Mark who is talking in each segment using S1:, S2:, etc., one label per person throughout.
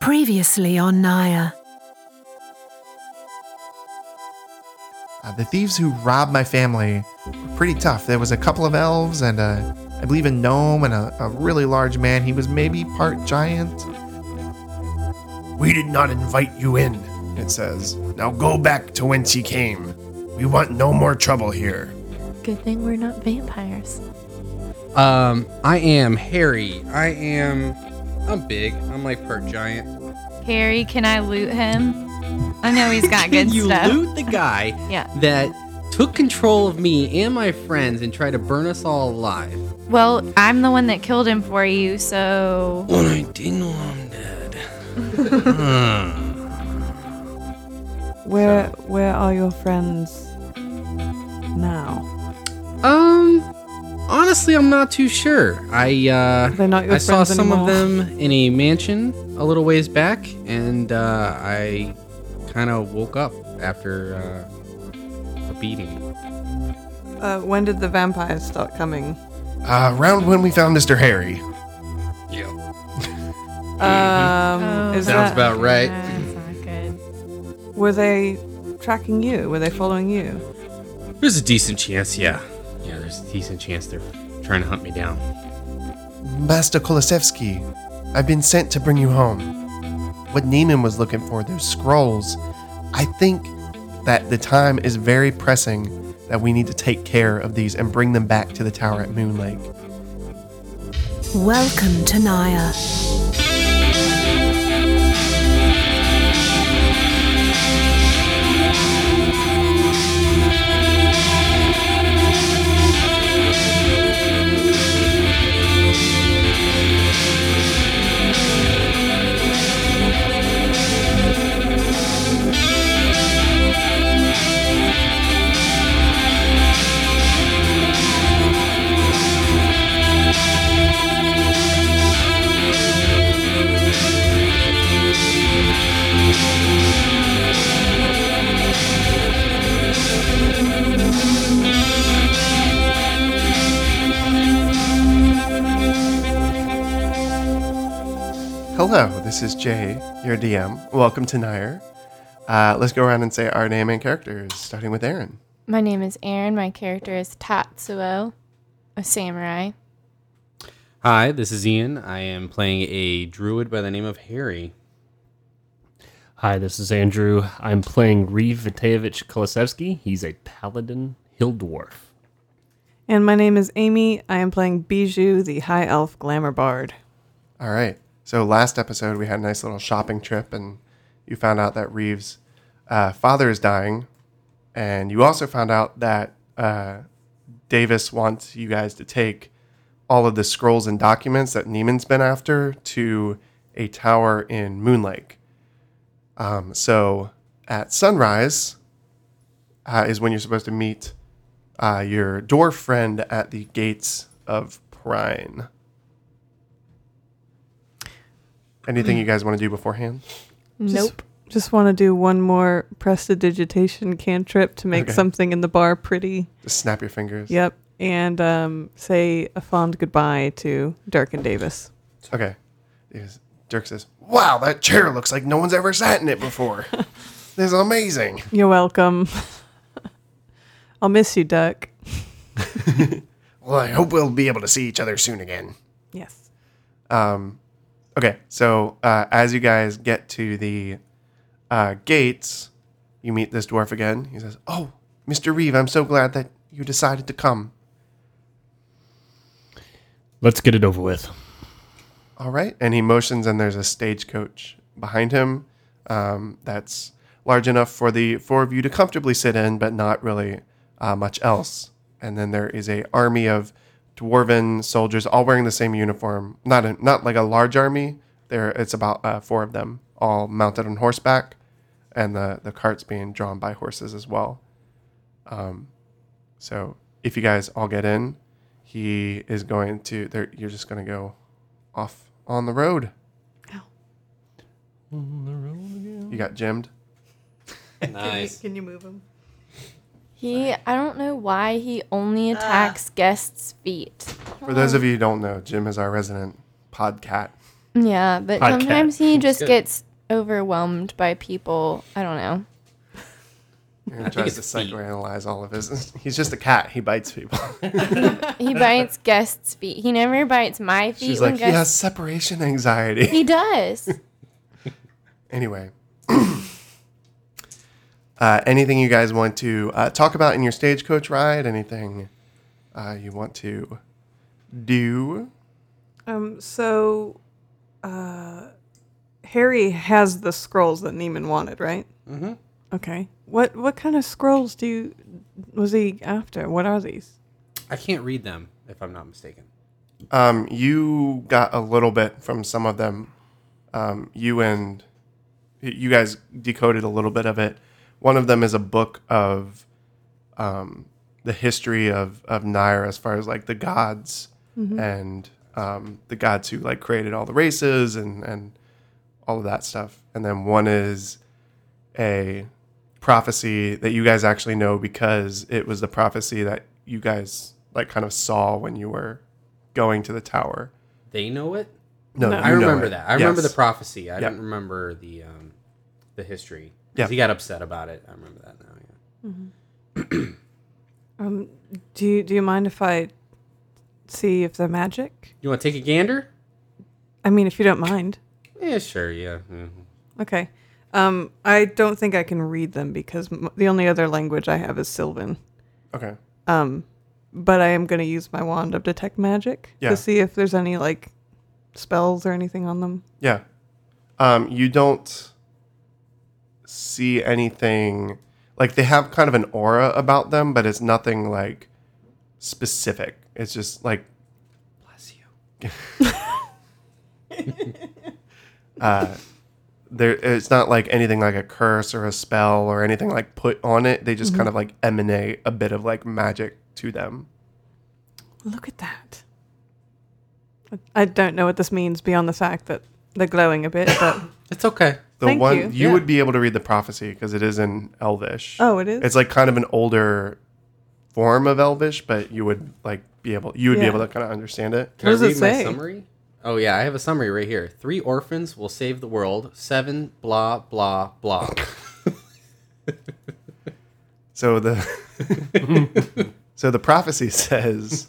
S1: Previously on Naya.
S2: Uh, the thieves who robbed my family were pretty tough. There was a couple of elves and a, I believe a gnome and a, a really large man. He was maybe part giant.
S3: We did not invite you in, it says. Now go back to whence you came. We want no more trouble here.
S4: Good thing we're not vampires.
S5: Um, I am Harry. I am. I'm big. I'm like part giant.
S6: Harry, can I loot him? I know he's got good
S5: you
S6: stuff.
S5: loot the guy
S6: Yeah.
S5: that took control of me and my friends and tried to burn us all alive.
S6: Well, I'm the one that killed him for you, so
S5: When I didn't know I'm dead.
S7: Where where are your friends now?
S5: Um, honestly, I'm not too sure. I uh,
S7: They're not your
S5: I saw
S7: friends
S5: some of
S7: anymore.
S5: them in a mansion a little ways back, and uh, I kind of woke up after uh, a beating.
S7: Uh, when did the vampires start coming?
S3: Uh, around when we found Mr. Harry.
S5: Yeah,
S7: Um,
S6: Oh,
S7: is
S5: Mm-hmm. sounds
S7: that,
S5: about right.
S6: Yeah, that's not good.
S7: Were they tracking you? Were they following you?
S5: There's a decent chance, yeah. Yeah, there's a decent chance they're trying to hunt me down.
S2: Master Kolosevsky, I've been sent to bring you home. What Neiman was looking for, those scrolls. I think that the time is very pressing that we need to take care of these and bring them back to the tower at Moon Lake.
S1: Welcome to Naya.
S2: Hello, this is Jay, your DM. Welcome to Nair. Uh, let's go around and say our name and characters, starting with Aaron.
S4: My name is Aaron. My character is Tatsuo, a samurai.
S5: Hi, this is Ian. I am playing a druid by the name of Harry.
S8: Hi, this is Andrew. I'm playing Reeve Vitevich Kolosevsky. He's a paladin hill dwarf.
S7: And my name is Amy. I am playing Bijou, the high elf glamour bard.
S2: All right. So last episode we had a nice little shopping trip, and you found out that Reeves' uh, father is dying, and you also found out that uh, Davis wants you guys to take all of the scrolls and documents that Neiman's been after to a tower in Moon Lake. Um, so at sunrise uh, is when you're supposed to meet uh, your dwarf friend at the gates of Prine. Anything you guys want to do beforehand?
S4: Nope.
S7: Just want to do one more prestidigitation cantrip to make
S2: Okay.
S7: something in the bar pretty.
S2: Just snap your fingers.
S7: Yep. And um, say a fond goodbye to Dirk and Davis.
S2: Okay. Yes. Dirk says, "Wow, that chair looks like no one's ever sat in it before. this is amazing."
S7: You're welcome. I'll miss you, Duck.
S3: Well, I hope we'll be able to see each other soon again.
S7: Yes.
S2: Um, Okay, so uh, as you guys get to the uh, gates, you meet this dwarf again. He says, "Oh, Mr. Reeve, I'm so glad that you decided to come.
S8: Let's get it over with.
S2: All right. And he motions, and there's a stagecoach behind him um, that's large enough for the four of you to comfortably sit in, but not really uh, much else. And then there is a army of dwarven soldiers, all wearing the same uniform. Not a, not like a large army. There, it's about uh, four of them, all mounted on horseback, and the the carts being drawn by horses as well. Um, so if you guys all get in, he is going to. there- You're just going to go off on the road. You got gemmed.
S5: Nice.
S7: Can you move him?
S4: He, I don't know why he only attacks guests' feet.
S2: For those of you who don't know, Jim is our resident podcat.
S4: Yeah, but
S8: Podcast.
S4: sometimes he just gets overwhelmed by people. I don't know.
S2: Aaron tries to psychoanalyze all of his. He's just a cat. He bites people.
S4: He bites guests' feet. He never bites my feet
S2: She's
S4: when
S2: like, he has
S4: guests.
S2: separation anxiety.
S4: He does.
S2: Anyway, uh, anything you guys want to uh, talk about in your stagecoach ride? Anything uh, you want to do?
S7: Um, so, uh, Harry has the scrolls that Neiman wanted, right? Mm-hmm. Okay. What what kind of scrolls do you was he after? What are these?
S5: I can't read them if I'm not mistaken.
S2: Um, you got a little bit from some of them. Um, you and you guys decoded a little bit of it. One of them is a book of um, the history of of Nair, as far as like the gods and um, the gods who like created all the races and and all of that stuff. And then one is a prophecy that you guys actually know because it was the prophecy that you guys like kind of saw when you were going to the tower.
S5: They know it.
S2: No, you
S5: I
S2: know
S5: remember
S2: it.
S5: that. I remember the
S2: Yes.
S5: prophecy. I
S2: Yep.
S5: didn't remember the um, the history. 'Cause
S2: Yep.
S5: he got upset about it. I remember that now. Yeah.
S7: Do you do you mind if I see if they're magic?
S5: You want to take a gander?
S7: I mean, if you don't mind.
S5: Yeah, sure. Yeah. mhm.
S7: Okay. Um, I don't think I can read them because m- the only other language I have is Sylvan.
S2: Okay.
S7: But I am going to use my wand of detect magic
S2: Yeah.
S7: to see if there's any like spells or anything on them.
S2: Yeah. Um, you don't see anything like they have kind of an aura about them, but it's nothing like specific. It's just like
S5: Bless you.
S2: Uh, there it's not like anything like a curse or a spell or anything like put on it. They
S5: Mm-hmm.
S2: just kind of like emanate a bit of like magic to them.
S7: Look at that. I don't know what this means beyond the fact that they're glowing a bit, but
S5: It's okay.
S2: The
S7: Thank
S2: one
S7: you.
S5: Yeah.
S2: would be able to read the prophecy because it is in Elvish.
S7: Oh, it is?
S2: It's like kind of an older form of Elvish, but you would like be able you would be
S7: Yeah.
S2: able to kind of understand it.
S5: Can
S7: What does
S5: I
S7: it
S5: read my
S7: say?
S5: summary? Oh yeah, I have a summary right here. Three orphans will save the world. Seven blah blah blah.
S2: So the so the prophecy says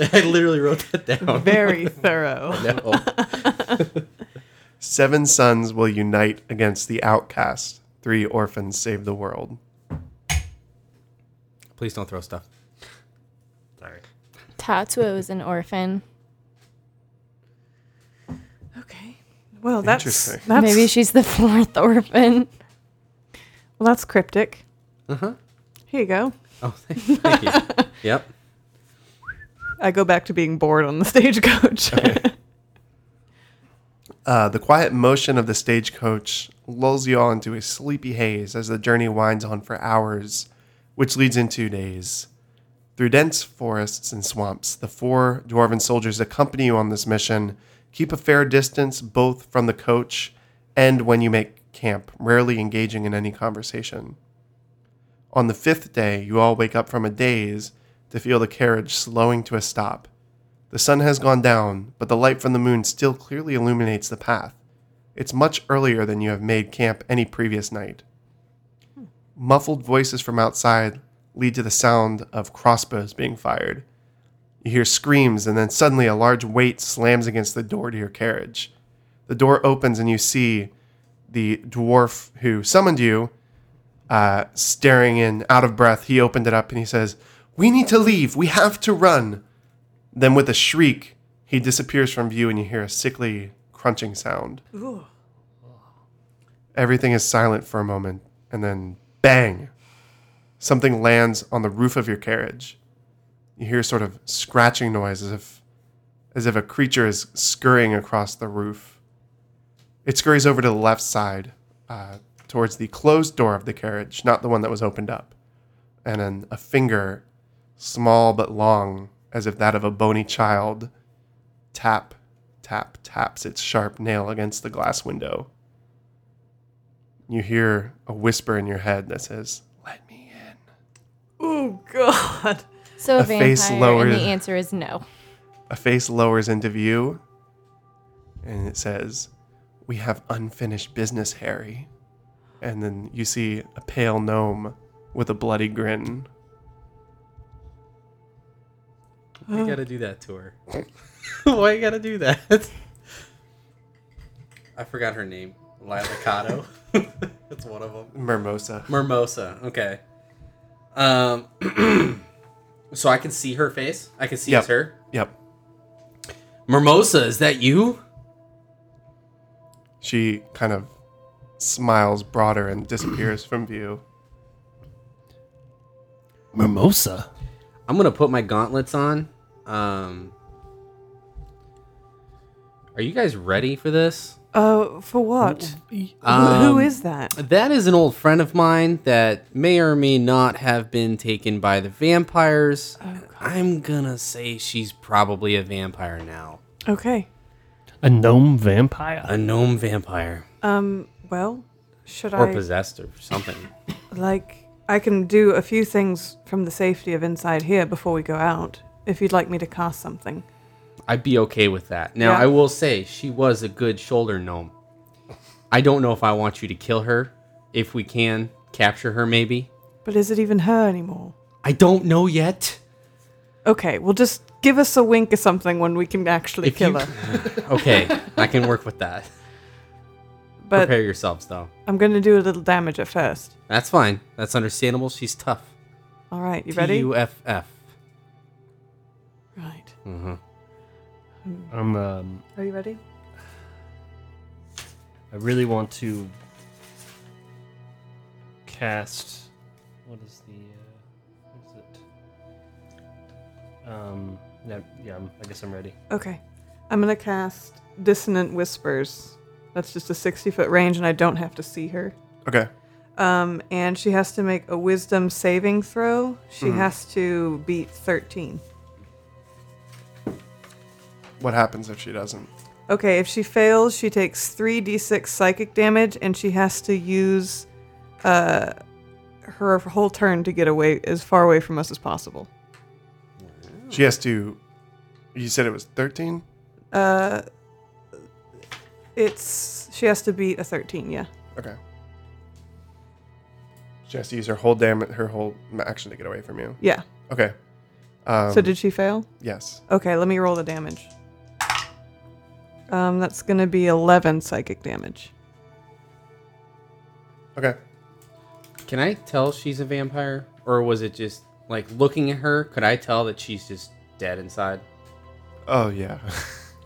S5: I literally wrote that down.
S7: very thorough.
S5: No.
S2: seven sons will unite against the outcast. Three orphans save the world.
S5: Please don't throw stuff.
S8: Sorry.
S4: Tatsuo is an orphan.
S7: Okay. Well, that's
S2: Interesting.
S7: that's
S4: Maybe she's the fourth orphan.
S7: well, that's cryptic.
S5: Uh huh.
S7: Here you go.
S5: Oh, thank, thank you. Yep.
S7: I go back to being bored on the stagecoach.
S2: Uh, the quiet motion of the stagecoach lulls you all into a sleepy haze as the journey winds on for hours, which leads into days. Through dense forests and swamps, the four dwarven soldiers accompany you on this mission. Keep a fair distance both from the coach and when you make camp, rarely engaging in any conversation. On the fifth day, you all wake up from a daze to feel the carriage slowing to a stop. The sun has gone down, but the light from the moon still clearly illuminates the path. It's much earlier than you have made camp any previous night. Muffled voices from outside lead to the sound of crossbows being fired. You hear screams, and then suddenly a large weight slams against the door to your carriage. The door opens, and you see the dwarf who summoned you uh, staring in, out of breath. He opened it up and he says, We need to leave. We have to run. Then, with a shriek, he disappears from view, and you hear a sickly crunching sound. Everything is silent for a moment, and then bang! Something lands on the roof of your carriage. You hear sort of scratching noise as if, as if a creature is scurrying across the roof. It scurries over to the left side, uh, towards the closed door of the carriage, not the one that was opened up. And then a finger small but long, as if that of a bony child, tap, tap, taps its sharp nail against the glass window. You hear a whisper in your head that says, Let me in.
S7: oh God.
S4: So a,
S2: A
S4: vampire,
S2: face
S4: and
S2: lowered.
S4: the answer is no.
S2: a face lowers into view and it says, We have unfinished business, Harry. And then you see a pale gnome with a bloody grin.
S5: Why you gotta do that to her? Why you gotta do that? I forgot her name. Lila Cotto. That's one of them.
S2: Mermosa.
S5: Mermosa. Okay. Um. so I can see her face. I can see
S2: Yep.
S5: it's her.
S2: Yep.
S5: Mermosa, is that you?
S2: She kind of smiles broader and disappears from view.
S8: Mimosa.
S5: I'm gonna put my gauntlets on. Um. Are you guys ready for this?
S7: Uh, for what? Who-
S5: Um,
S7: who is that?
S5: That is an old friend of mine that may or may not have been taken by the vampires. I'm gonna say she's probably a vampire now.
S7: Okay.
S8: A gnome vampire.
S5: A gnome vampire.
S7: Um. Well, should
S5: Or
S7: I
S5: possessed or something.
S7: like? I can do a few things from the safety of inside here before we go out. If you'd like me to cast something.
S5: I'd be okay with that. Now,
S7: Yeah.
S5: I will say she was a good shoulder gnome. I don't know if I want you to kill her. If we can, capture her maybe.
S7: But is it even her anymore?
S5: I don't know yet.
S7: Okay. Well, just give us a wink or something when we can actually
S5: If
S7: kill
S5: you-
S7: her.
S5: Okay, I can work with that.
S7: But
S5: Prepare yourselves though.
S7: I'm going to do a little damage at first.
S5: That's fine. That's understandable. She's tough.
S7: All right. You ready?
S5: T-U-F-F.
S7: Right.
S5: Mm-hmm.
S8: I'm. Um,
S7: Hmm. Are you ready?
S8: I really want to cast. What is the? Uh, what is it? Um. Yeah. Yeah. I'm, I guess I'm ready.
S7: Okay. I'm going to cast Dissonant Whispers. That's just a 60 foot range, and I don't have to see her.
S2: Okay.
S7: Um, and she has to make a wisdom saving throw. She
S5: Mm-hmm.
S7: has to beat 13.
S2: What happens if she doesn't?
S7: Okay, if she fails, she takes 3d6 psychic damage and she has to use uh, her whole turn to get away as far away from us as possible.
S2: She has to. You said it was 13?
S7: Uh, it's she has to beat a 13, yeah.
S2: Okay. She has to use her whole damn her whole ma- action to get away from you.
S7: Yeah.
S2: Okay. Um,
S7: so did she fail?
S2: yes.
S7: Okay, let me roll the damage. Um, that's going to be 11 psychic damage.
S2: Okay.
S5: Can I tell she's a vampire? Or was it just like looking at her, could I tell that she's just dead inside?
S2: Oh yeah.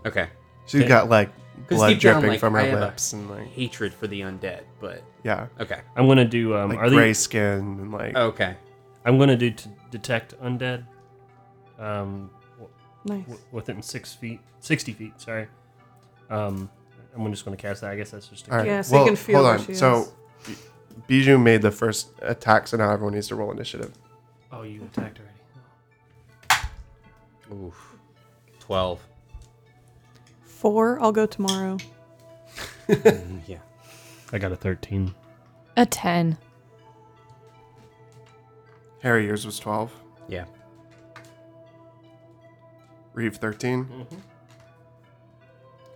S5: Okay.
S2: She's got like
S5: Because
S2: blood
S5: deep down,
S2: dripping
S5: like, Um,
S2: from
S5: I
S2: her
S5: have a-
S2: lips and like
S5: Hatred for the undead, but
S2: yeah,
S5: okay.
S8: I'm gonna do. Um.
S2: like
S8: are
S2: gray
S8: they?
S2: skin and like
S5: Okay.
S8: I'm gonna do to detect undead. Um.
S7: Nice.
S8: w- within six feet, sixty feet. Sorry. Um, I'm just going to cast that. I guess that's just. A
S2: all right.
S7: Yeah, so you can feel where she
S2: so
S7: is.
S2: B- Bijou made the first attack, so now everyone needs to roll initiative.
S8: Oh, you attacked already.
S5: Oof. Twelve.
S7: Four, I'll go tomorrow.
S5: Yeah.
S8: I got a thirteen.
S6: A 10.
S2: Harry, yours was twelve.
S5: Yeah.
S2: Reeve 13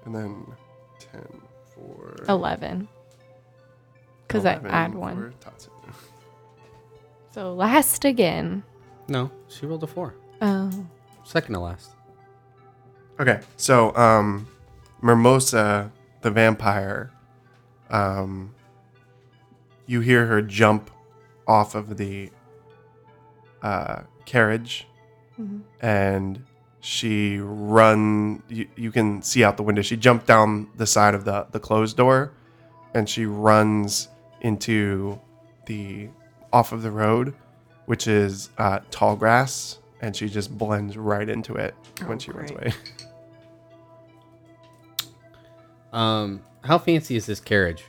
S2: and then ten for
S4: 11. Because Oh, I
S2: 11
S4: add one.
S2: for Tatsu.
S4: So last again.
S5: No, she rolled a four.
S4: Oh.
S5: Second to last.
S2: Okay, so um, Mermosa, the vampire, um, you hear her jump off of the uh, carriage, and she run. You, you can see out the window. She jumped down the side of the the closed door, and she runs into the off of the road, which is uh, tall grass, and she just blends right into it when she runs
S7: great.
S2: away.
S5: Um, how fancy is this carriage?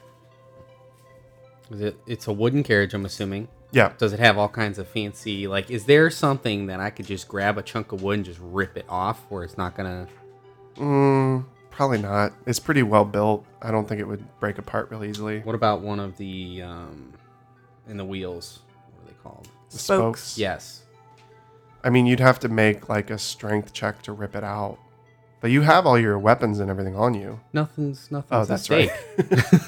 S5: Is it it's a wooden carriage, I'm assuming.
S2: Yeah.
S5: Does it have all kinds of fancy like is there something that I could just grab a chunk of wood and just rip it off where it's not gonna
S2: Mm, probably not. It's pretty well built. I don't think it would break apart really easily.
S5: What about one of the um in the wheels? What are they called?
S2: The
S7: Spokes.
S5: Yes.
S2: I mean, you'd have to make like a strength check to rip it out. But you have all your weapons and everything on you.
S5: Nothing's nothing's
S2: Oh,
S5: at
S2: that's
S5: stake.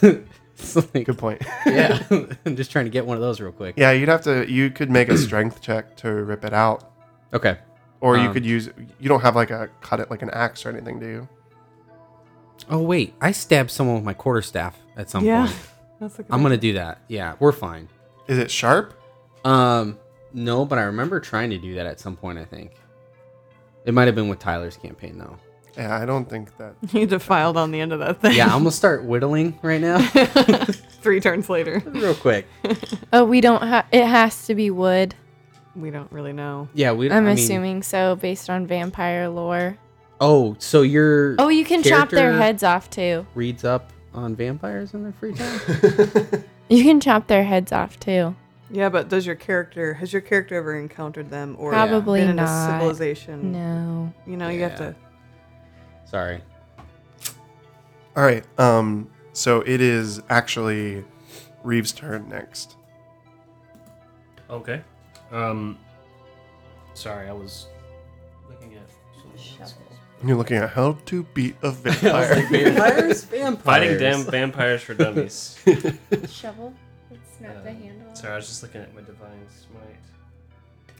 S2: right.
S5: It's like-
S2: Good point.
S5: yeah, I'm just trying to get one of those real quick.
S2: yeah, you'd have to. You could make a strength check to rip it out,
S5: Okay.
S2: or you
S5: Um,
S2: could use. You don't have like a cut it like an axe or anything, do you?
S5: Oh wait, I stabbed someone with my quarterstaff at some
S7: Yeah.
S5: point.
S7: That's a good
S5: I'm gonna do that. Yeah, we're fine.
S2: Is it sharp?
S5: Um, no, but I remember trying to do that at some point. I think it might have been with Tyler's campaign though.
S2: Yeah, I don't think that.
S7: You defiled on the end of that thing.
S5: Yeah, I'm gonna start whittling right now,
S7: Three turns later.
S5: real quick.
S4: Oh, we don't have. It has to be wood.
S7: We don't really know.
S5: Yeah, we.
S4: I'm
S5: I mean-
S4: assuming so, based on vampire lore.
S5: Oh, so your
S4: Oh, you can chop their
S5: character
S4: heads off too.
S5: Reads up on vampires in their free time.
S4: You can chop their heads off too.
S7: Yeah, but does your character has your character ever encountered them or
S4: Probably
S7: been in a
S4: not.
S5: Mm.
S7: civilization?
S4: No.
S7: You know, you have
S5: Yeah.
S7: to
S5: Sorry.
S2: All right. Um. So it is actually Reeves' turn next.
S8: Okay. Um. Sorry, I was looking at
S2: You're looking at how to beat a vampire.
S5: Vampires, vampires.
S8: fighting damn vampires for dummies.
S6: Shovel. It's not
S5: Uh,
S6: the handle.
S8: Sorry, I was just looking at my divine smite.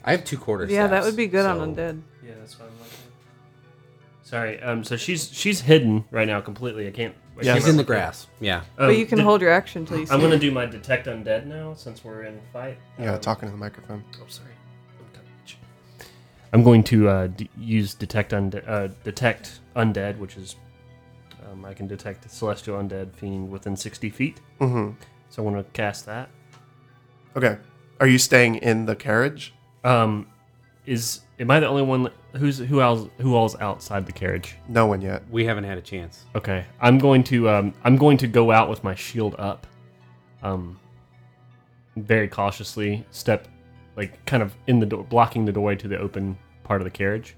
S5: I have two quarters.
S7: Yeah, that would be good on undead.
S8: Yeah, that's what I'm looking. at. Sorry. Um. So she's she's hidden right now completely. I can't. I
S2: Yeah,
S8: can't
S5: He's in the
S8: remember.
S5: grass. Yeah.
S8: Um,
S7: but you can
S8: did-
S7: hold your action till you see.
S8: I'm gonna
S7: it.
S8: do my detect undead now since we're in a fight.
S2: yeah,
S8: Um,
S2: talking to the microphone.
S8: Oh, sorry. I'm going to uh, d- use detect unde- uh, detect undead, which is um, I can detect celestial undead fiend within 60 feet.
S2: hmm
S8: So I want to cast that.
S2: Okay. Are you staying in the carriage?
S8: Um, is am I the only one who's who else who all's outside the carriage?
S2: No one yet.
S5: We haven't had a chance.
S8: Okay, I'm going to um, I'm going to go out with my shield up, um, very cautiously step, like kind of in the door, blocking the doorway to the open part of the carriage,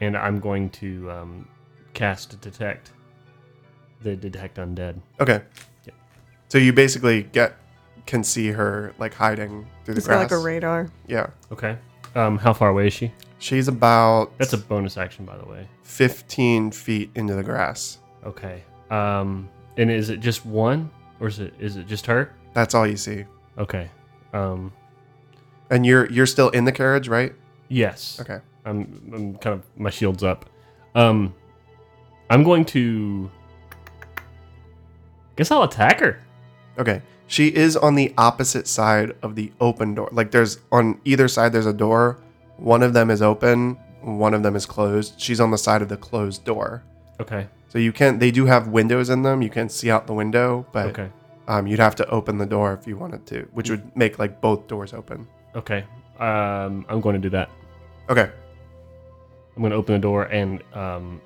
S8: and I'm going to um, cast detect the detect undead.
S2: Okay.
S8: Yeah.
S2: So you basically get can see her like hiding through the
S7: It's got
S2: grass.
S7: like a radar.
S2: yeah.
S8: Okay, um, how far away is she?
S2: She's about
S8: That's a bonus action, by the way.
S2: 15 feet into the grass.
S8: Okay, um, and is it just one, or is it is it just her?
S2: That's all you see.
S8: Okay, um,
S2: And you're you're still in the carriage, right?
S8: yes.
S2: Okay.
S8: I'm, I'm kind of my shield's up. Um, I'm going to. Guess I'll attack her.
S2: Okay. She is on the opposite side of the open door. Like there's on either side there's a door. One of them is open, one of them is closed. She's on the side of the closed door.
S8: Okay.
S2: So you can they do have windows in them. You can see out the window, but
S8: Okay.
S2: um, you'd have to open the door if you wanted to, which would make like both doors open.
S8: Okay. Um, I'm going to do that.
S2: Okay.
S8: I'm going to open the door and um,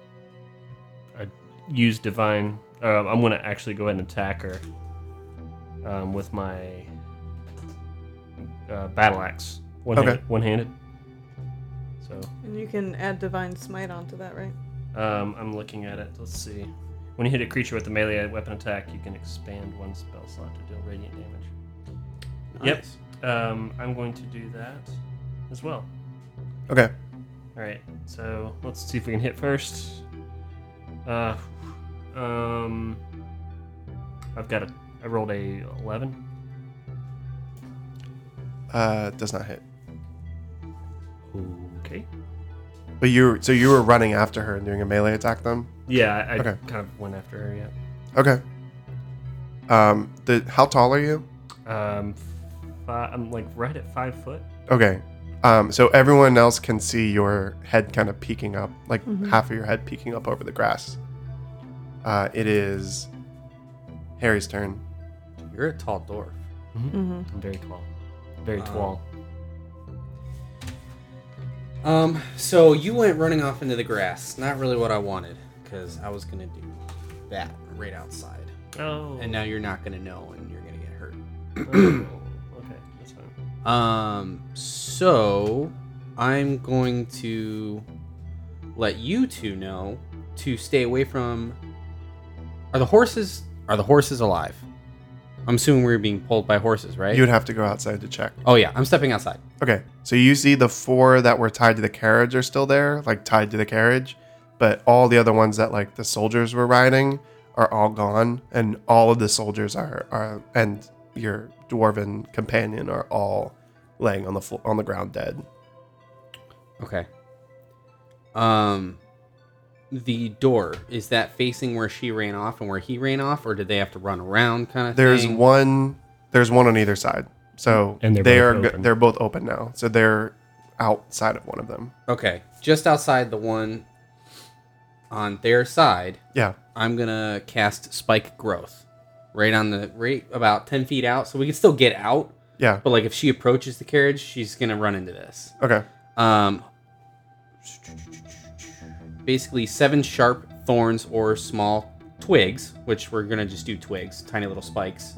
S8: I use divine. Uh, I'm going to actually go ahead and attack her um, with my uh, battle axe. One
S2: Okay.
S8: handed. One handed. So.
S7: And you can add divine smite onto that, right?
S8: Um, I'm looking at it. Let's see. When you hit a creature with a melee weapon attack, you can expand one spell slot to deal radiant damage.
S5: Nice.
S8: Yep. Um, I'm going to do that as well.
S2: Okay.
S8: All right. So let's see if we can hit first. Uh, um, I've got a. I rolled a 11.
S2: Uh, does not hit.
S8: Okay.
S2: But you so you were running after her and doing a melee attack them.
S8: Yeah, I, I
S2: Okay.
S8: kind of went after her. Yeah.
S2: Okay. Um, the how tall are you?
S8: Um, fi- I'm like right at five foot.
S2: Okay. Um, so everyone else can see your head kind of peeking up, like half of your head peeking up over the grass. Uh, it is Harry's turn.
S5: You're a tall dwarf.
S8: I'm very tall. Very tall.
S5: Um, so you went running off into the grass. Not really what I wanted, because I was gonna do that right outside.
S8: Oh.
S5: And now you're not gonna know, and you're gonna get hurt.
S8: okay, that's fine.
S5: Um, so I'm going to let you two know to stay away from. Are the horses? Are the horses alive? I'm assuming we were being pulled by horses, right?
S2: You would have to go outside to check.
S5: oh yeah, I'm stepping outside.
S2: Okay. So you see the four that were tied to the carriage are still there, like tied to the carriage, but all the other ones that like the soldiers were riding are all gone, and all of the soldiers are are and your dwarven companion are all laying on the flo- on the ground dead.
S5: Okay. Um, the door is that facing where she ran off and where he ran off, or did they have to run around kind of?
S2: There's
S5: thing?
S2: one. There's one on either side. So
S8: And they're
S2: they
S8: both
S2: are go-
S8: open.
S2: they're both open now. So they're outside of one of them.
S5: Okay, just outside the one on their side.
S2: Yeah.
S5: I'm gonna cast Spike Growth, right on the right about ten feet out, so we can still get out.
S2: Yeah.
S5: But like if she approaches the carriage, she's gonna run into this.
S2: Okay.
S5: Um, basically seven sharp thorns or small twigs, which we're gonna just do twigs, tiny little spikes.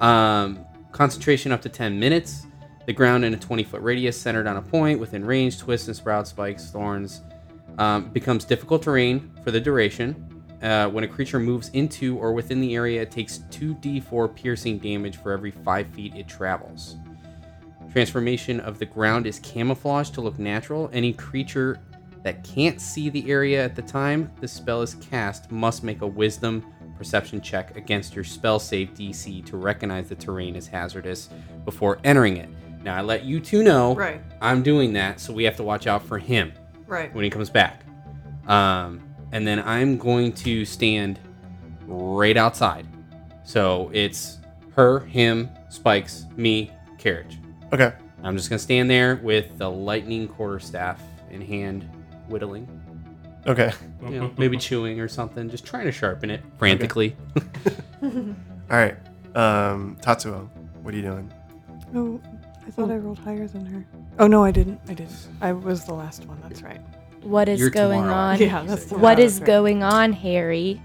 S5: Um, concentration up to ten minutes. The ground in a twenty foot radius, centered on a point within range, twists and sprout spikes, thorns. Um, becomes difficult terrain for the duration. Uh, when a creature moves into or within the area, it takes 2d4 piercing damage for every 5 feet it travels. Transformation of the ground is camouflage to look natural. Any creature that can't see the area at the time the spell is cast must make a wisdom perception check against your spell save DC to recognize the terrain as hazardous before entering it. Now, I let you two know
S7: Right.
S5: I'm doing that, so we have to watch out for him
S7: Right.
S5: when he comes back. Um, and then I'm going to stand right outside. So it's her, him, Spikes, me, carriage.
S2: Okay.
S5: I'm just gonna stand there with the lightning quarterstaff in hand, whittling,
S2: Okay.
S5: you know, maybe chewing or something, just trying to sharpen it frantically.
S2: All right. Um, Tatsuo, what are you doing?
S7: Oh, I thought I rolled higher than her. Oh no, I didn't. I didn't. I was the last one. That's right.
S9: What is
S5: You're
S9: going
S5: tomorrow.
S9: on?
S7: Yeah, that's the
S9: What
S7: one,
S9: is
S7: that's right.
S9: going on, Harry?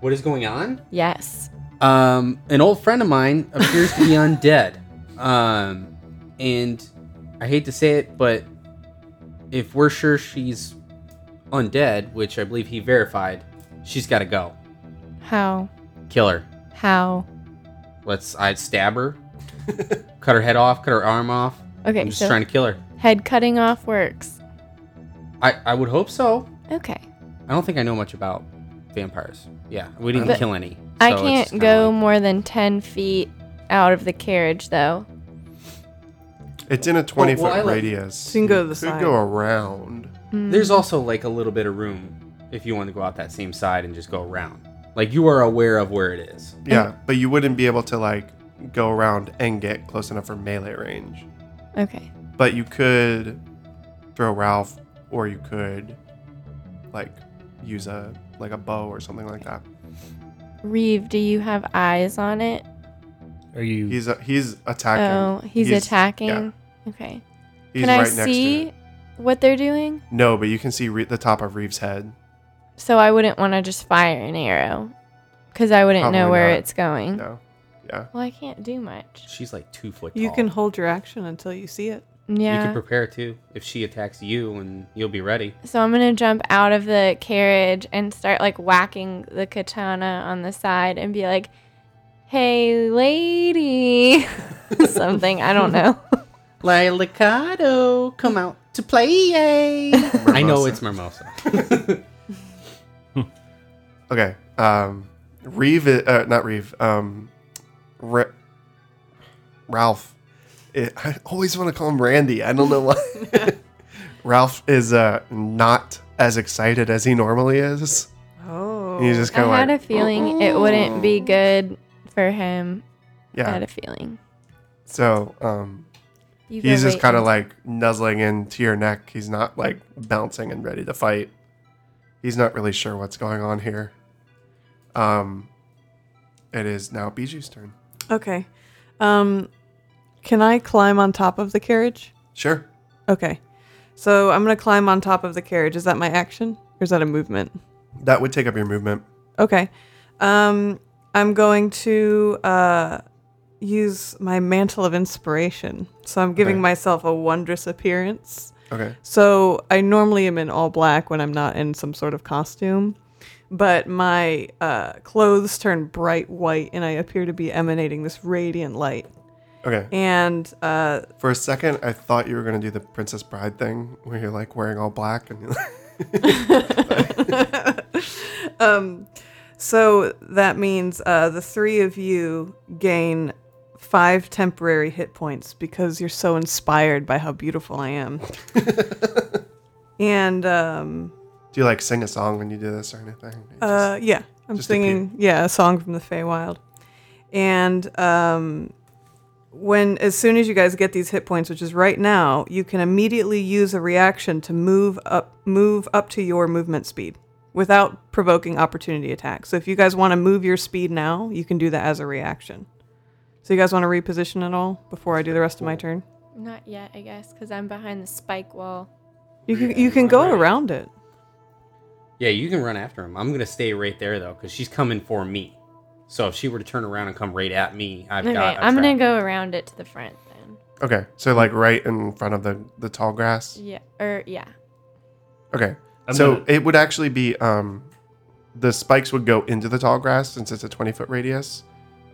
S5: What is going on?
S9: Yes.
S5: Um, an old friend of mine appears to be undead. Um, and I hate to say it, but if we're sure she's undead, which I believe he verified, she's got to go.
S4: How?
S5: Kill her.
S4: How?
S5: Let's. I'd stab her, cut her head off, cut her arm off.
S4: Okay,
S5: I'm just
S4: so
S5: trying to kill her.
S4: head cutting off works.
S5: I, I would hope so.
S4: Okay.
S5: I don't think I know much about vampires. Yeah, we didn't
S4: But
S5: kill any. so
S4: I
S5: it's just
S4: can't
S5: kinda
S4: go
S5: like-
S4: more than 10 feet out of the carriage, though.
S2: It's in a 20
S5: well, I
S2: foot
S5: like-
S2: radius.
S7: So you can go to the
S2: could
S7: side.
S2: go around.
S5: There's also like a little bit of room if you want to go out that same side and just go around. Like you are aware of where it is.
S2: Yeah, but you wouldn't be able to like go around and get close enough for melee range.
S4: Okay.
S2: But you could throw Ralph, or you could like use a like a bow or something like that.
S4: Reeve, do you have eyes on it?
S8: Are you?
S2: He's a, he's attacking.
S4: Oh, he's, attacking.
S2: yeah,
S4: Okay.
S2: he's
S4: Can I
S2: right next to
S4: see
S2: it.
S4: what they're doing?
S2: No, but you can see re- the top of Reeve's head.
S4: So I wouldn't want to just fire an arrow because I wouldn't know
S2: Probably
S4: where
S2: not.
S4: it's going.
S2: No, yeah,
S4: Well, I can't do much.
S5: She's like two foot tall.
S7: You can hold your action until you see it.
S5: You
S4: Yeah.
S5: can prepare too if she attacks you, and you'll be ready.
S4: so I'm going to jump out of the carriage and start like whacking the katana on the side and be like, hey, lady. Something. I don't know.
S5: Like Licado, come out to play! I know it's Mermosa.
S2: okay. Um, Reeve, i- uh, not Reeve. Um, Ra- Ralph. I- I always want to call him Randy. I don't know why. Ralph is uh, not as excited as he normally is.
S7: Oh.
S2: He's just
S4: I
S2: kind of
S4: had
S2: like,
S4: a feeling it wouldn't be good for him. I
S2: yeah.
S4: had a feeling.
S2: So um,
S9: You
S2: he's
S9: go
S2: just
S9: wait
S2: kind of
S4: um,
S9: and-
S2: like nuzzling into your neck. He's not like bouncing and ready to fight. He's not really sure what's going on here. Um, it is now Biju's turn.
S7: Okay. Um, can I climb on top of the carriage?
S2: Sure.
S7: Okay. So I'm gonna climb on top of the carriage. Is that my action or is that a movement?
S2: That would take up your movement.
S7: Okay. Um, I'm going to uh, use my mantle of inspiration. So I'm giving
S2: Okay.
S7: myself a wondrous appearance.
S2: Okay.
S7: So I normally am in all black when I'm not in some sort of costume, but my uh, clothes turn bright white and I appear to be emanating this radiant light.
S2: Okay.
S7: And uh,
S2: For a second, I thought you were going to do the Princess Bride thing where you're like wearing all black and you're like,
S7: um, so that means uh, the three of you gain five temporary hit points because you're so inspired by how beautiful I am. and um,
S10: Do you like sing a song when you do this or anything? It's just-
S7: uh, yeah, I'm
S10: just a pew.
S7: singing yeah a song from the Feywild, and um, when as soon as you guys get these hit points, which is right now, you can immediately use a reaction to move up move up to your movement speed without provoking opportunity attacks. So if you guys want to move your speed now, you can do that as a reaction. So you guys want to reposition at all before I do the rest of my turn?
S4: Not yet, I guess, because I'm behind the spike wall.
S7: You can you can go
S5: Alright.
S7: around it.
S5: Yeah, you can run after him. I'm gonna stay right there though, because she's coming for me. So if she were to turn around and come right at me, I've
S4: okay,
S5: got.
S4: I'm gonna go around it to the front then.
S10: okay, so like right in front of the the tall grass.
S4: Yeah, or yeah.
S10: Okay,
S8: I'm
S10: so
S8: gonna-
S10: it would actually be um, the spikes would go into the tall grass since it's a twenty foot radius,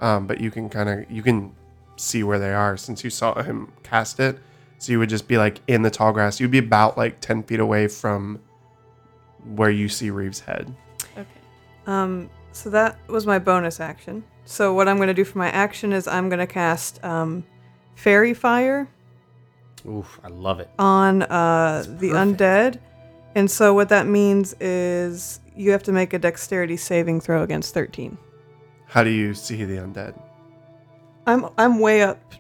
S10: um, but you can kind of you can see where they are since you saw him cast it. So you would just be like in the tall grass. You'd be about like ten feet away from where you see Reeves' head.
S4: Okay.
S7: Um, so that was my bonus action. So what I'm going to do for my action is I'm going to cast um, Fairy Fire
S5: Oof, I love it.
S7: on uh, the undead, and so what that means is you have to make a Dexterity saving throw against 13.
S10: How do you see the undead?
S7: I'm I'm way up,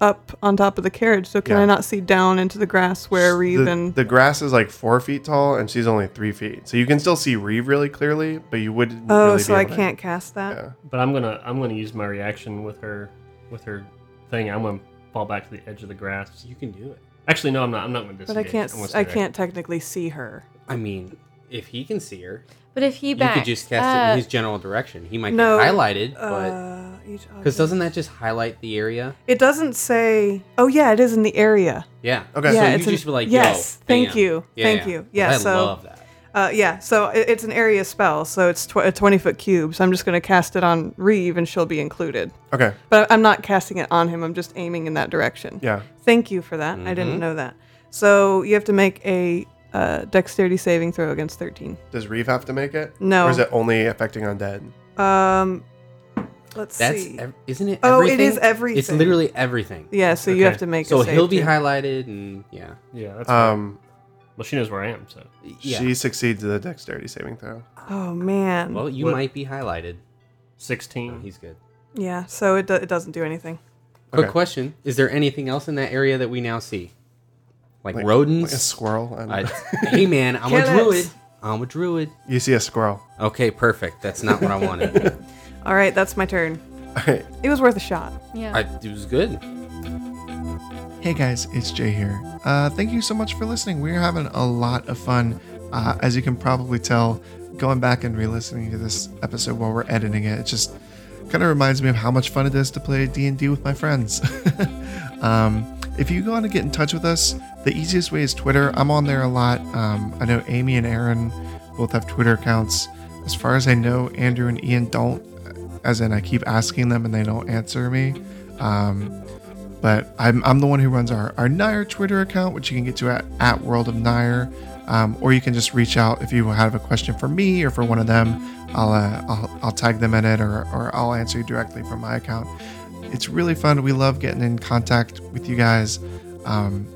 S7: up on top of the carriage. So can
S10: Yeah.
S7: I not see down into the grass where Reeve
S10: The,
S7: and
S10: the grass is like four feet tall, and she's only three feet, so you can still see Reeve really clearly, but you wouldn't.
S7: oh,
S10: really
S7: so
S10: be
S7: I
S10: able to-
S7: can't cast that.
S10: Yeah.
S8: But I'm gonna I'm gonna use my reaction with her with her thing. I'm gonna fall back to the edge of the grass.
S5: You can do it.
S8: Actually, no, I'm not. I'm not gonna.
S7: But I
S8: disengage.
S7: can't.
S8: I'm gonna
S7: s-
S8: stay
S7: I
S8: there.
S7: can't technically see her.
S5: I mean, if he can see her,
S4: But if he
S5: you
S4: backs
S5: could just cast it in
S4: up-
S5: his general direction. He might
S7: No,
S5: get highlighted, but
S7: Uh, each
S5: because doesn't that just highlight the area?
S7: It doesn't say. Oh yeah, it is in the area.
S5: Yeah.
S10: Okay.
S5: So
S7: Yeah,
S5: you
S7: it's an-
S5: just be like,
S7: yes,
S5: Yo,
S7: thank
S5: bam.
S7: you,
S5: Yeah,
S7: thank
S5: yeah.
S7: you. Yeah,
S5: I
S7: so-
S5: love that.
S7: Uh, yeah, so it, it's an area spell, so it's tw- a twenty foot cube. So I'm just going to cast it on Reeve, and she'll be included.
S10: Okay.
S7: But I'm not casting it on him. I'm just aiming in that direction.
S10: Yeah.
S7: Thank you for that. I
S5: Mm-hmm.
S7: didn't know that. So you have to make a uh, dexterity saving throw against 13.
S10: Does Reeve have to make it?
S7: No.
S10: Or is it only affecting undead?
S7: Um, let's
S5: That's
S7: see.
S5: ev- isn't it?
S7: Oh, it is
S5: It's
S7: everything.
S5: literally everything.
S7: yeah, so you
S8: okay.
S7: have to make.
S5: so
S7: a save
S5: he'll be
S7: too.
S5: highlighted, and yeah,
S8: Yeah. That's
S2: Uh,
S8: um,
S10: Um,
S8: well, she knows where I am, so
S5: yeah.
S10: She succeeds the dexterity saving throw.
S7: Oh man.
S5: well, you
S8: What-
S5: might be highlighted. No,
S8: sixteen.
S5: he's good.
S7: yeah. So it do- it doesn't do anything.
S5: Quick
S10: Okay.
S5: question: Is there anything else in that area that we now see, like,
S10: Like- Like a
S5: rodents?
S10: squirrel. I don't know.
S5: I- hey man, I'm
S7: Kill
S5: a
S7: it.
S5: druid. I'm a druid.
S10: you see a squirrel.
S5: Okay, perfect. That's not what I wanted.
S7: All right, that's my turn.
S10: All right.
S7: It was worth a shot.
S5: I, it was good.
S2: Hey guys, it's Jay here. Uh, thank you so much for listening. We're having a lot of fun. Uh, as you can probably tell, going back and re listening to this episode while we're editing it, it just kind of reminds me of how much fun it is to play D&D with my friends. um, if you want to get in touch with us, the easiest way is Twitter. I'm on there a lot. Um, I know Amy and Aaron both have Twitter accounts. As far as I know, Andrew and Ian don't, as in I keep asking them and they don't answer me. Um, but I'm, I'm the one who runs our, our Nair Twitter account, which you can get to at, at World of Nair. Um, or you can just reach out if you have a question for me or for one of them. I'll, uh, I'll, I'll tag them in it or, or I'll answer you directly from my account. It's really fun. We love getting in contact with you guys. Um,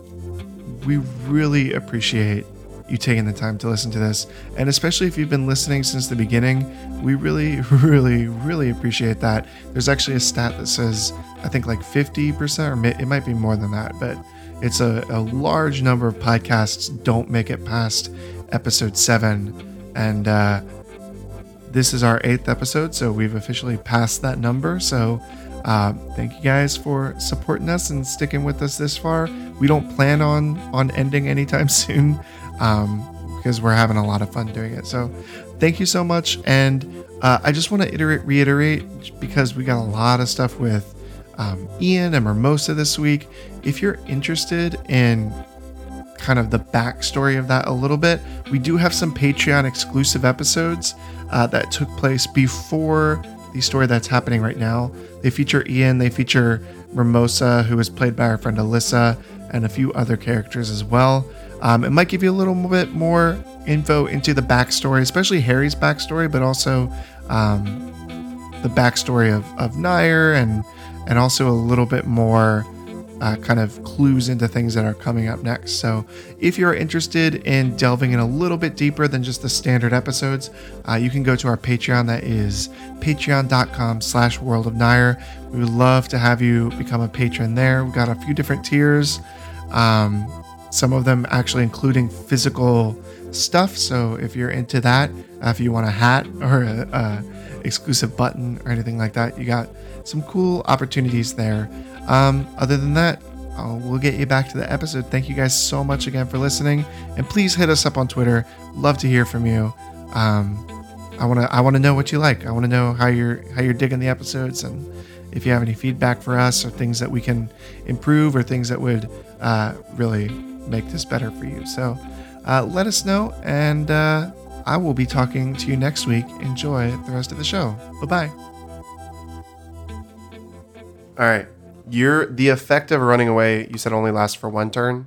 S2: we really appreciate you taking the time to listen to this. And especially if you've been listening since the beginning, we really, really, really appreciate that. There's actually a stat that says, I think like 50%, or mi- it might be more than that, but it's a, a large number of podcasts don't make it past episode seven. And, uh, this is our eighth episode, so we've officially passed that number. So, uh, thank you guys for supporting us and sticking with us this far. We don't plan on on ending anytime soon um, because we're having a lot of fun doing it. So, thank you so much. And uh, I just want to iterate, reiterate because we got a lot of stuff with um, Ian and Mimosa this week. If you're interested in kind of the backstory of that a little bit. We do have some Patreon exclusive episodes uh, that took place before the story that's happening right now. They feature Ian, they feature Mimosa, who is played by our friend Alyssa,
S3: and a few other characters as well. Um, it might give you a little bit more info into the backstory, especially Harry's backstory, but also um, the backstory of, of Nair and and also a little bit more uh, kind of clues into things that are coming up next. So if you're interested in delving in a little bit deeper than just the standard episodes, uh, you can go to our Patreon. That is patreon.com slash world of Nair. We would love to have you become a patron there. We've got a few different tiers. Um, some of them actually including physical stuff. So if you're into that, uh, if you want a hat or a, a exclusive button or anything like that, you got some cool opportunities there. Um, other than that, uh, we'll get you back to the episode. Thank you guys so much again for listening, and please hit us up on Twitter. Love to hear from you. Um, I want to I want to know what you like. I want to know how you're how you're digging the episodes and if you have any feedback for us or things that we can improve or things that would uh, really make this better for you. So uh, let us know, and uh, I will be talking to you next week. Enjoy the rest of the show. Bye bye.
S2: All right. You're the effect of running away. You said only lasts for one turn.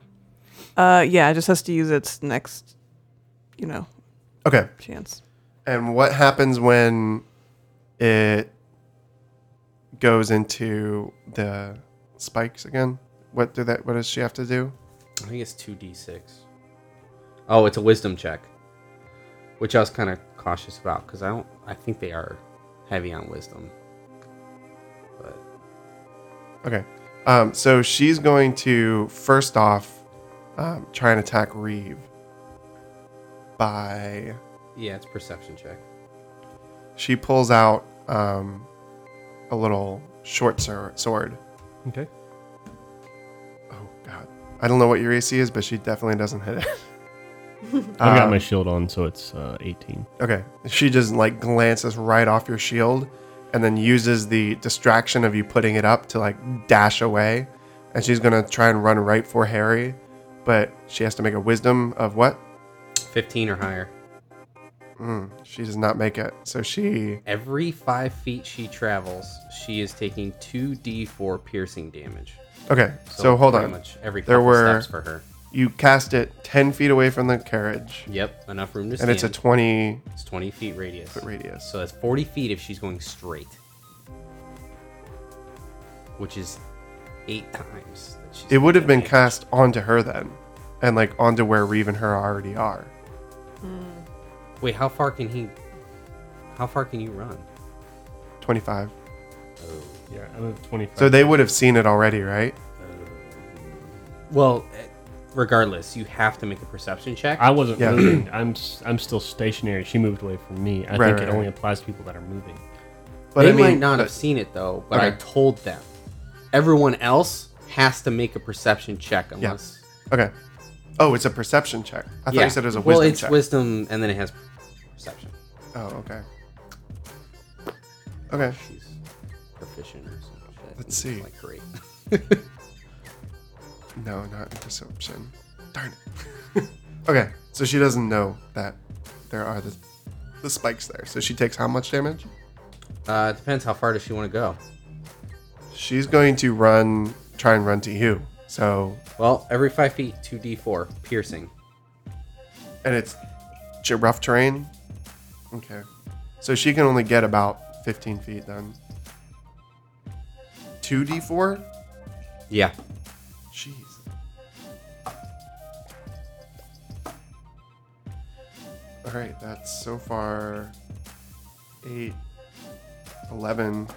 S7: Uh, yeah, it just has to use its next, you know,
S2: Okay.
S7: chance.
S2: And what happens when it goes into the spikes again? What do that? What does she have to do?
S5: I think it's 2d6. Oh, it's a wisdom check, which I was kind of cautious about because I don't. I think they are heavy on wisdom. But
S2: Okay. Um, so she's going to first off um, try and attack Reeve by
S5: yeah, it's perception check.
S2: she pulls out um, a little short sor- sword.
S8: Okay.
S2: Oh God, I don't know what your AC is, but she definitely doesn't hit it.
S8: I've got
S2: Um,
S8: my shield on, so it's uh, 18.
S2: Okay. She just like glances right off your shield and then uses the distraction of you putting it up to like dash away. And she's going to try and run right for Harry, but she has to make a wisdom of what?
S5: 15 or higher.
S2: Mm, she does not make it. So she.
S5: Every five feet she travels, she is taking 2d4 piercing damage.
S2: Okay. So hold
S5: pretty
S2: on.
S5: Much every
S2: There
S5: couple
S2: were-
S5: steps for her.
S2: You cast it 10 feet away from the carriage,
S5: Yep, enough room to
S2: and
S5: stand.
S2: it's a 20
S5: it's 20 feet radius.
S2: foot radius.
S5: So that's 40 feet if she's going straight, which is eight times. That she's
S2: It would have been
S5: taking damage.
S2: cast onto her then, and like onto where Reeve and her already are.
S5: Wait, how far can he? How far can you run?
S2: 25.
S8: Yeah, I'm at 25.
S2: So they would have seen it already, right?
S5: Well, eh, regardless, you have to make a perception check.
S8: I wasn't
S2: Yeah.
S8: moving. I'm s- I'm still stationary. She moved away from me. I
S2: Right,
S8: think
S2: right,
S8: it only
S2: right.
S8: applies to people that are moving.
S5: they
S2: I mean- uh,
S5: might not
S2: but-
S5: have seen it though, but I
S2: Okay.
S5: told them. Everyone else has to make a perception check unless.
S2: Okay. Oh, it's a perception check. I thought you said it was a
S5: well,
S2: wisdom
S5: it's
S2: check.
S5: wisdom, and then it has perception.
S2: oh, okay. Okay.
S5: She's proficient or some shit.
S2: Let's see.
S5: Like great.
S2: No, not in perception. Darn it. okay, so she doesn't know that there are the, the spikes there. So she takes how much damage?
S5: Uh, it depends how far does she want to go.
S2: She's going to run, try and run to you. So,
S5: Well, every five feet, two d4 piercing.
S2: and it's j- rough terrain. Okay. So she can only get about 15 feet then. 2d4?
S5: Yeah.
S2: Jeez. All right, that's so far 8, 11,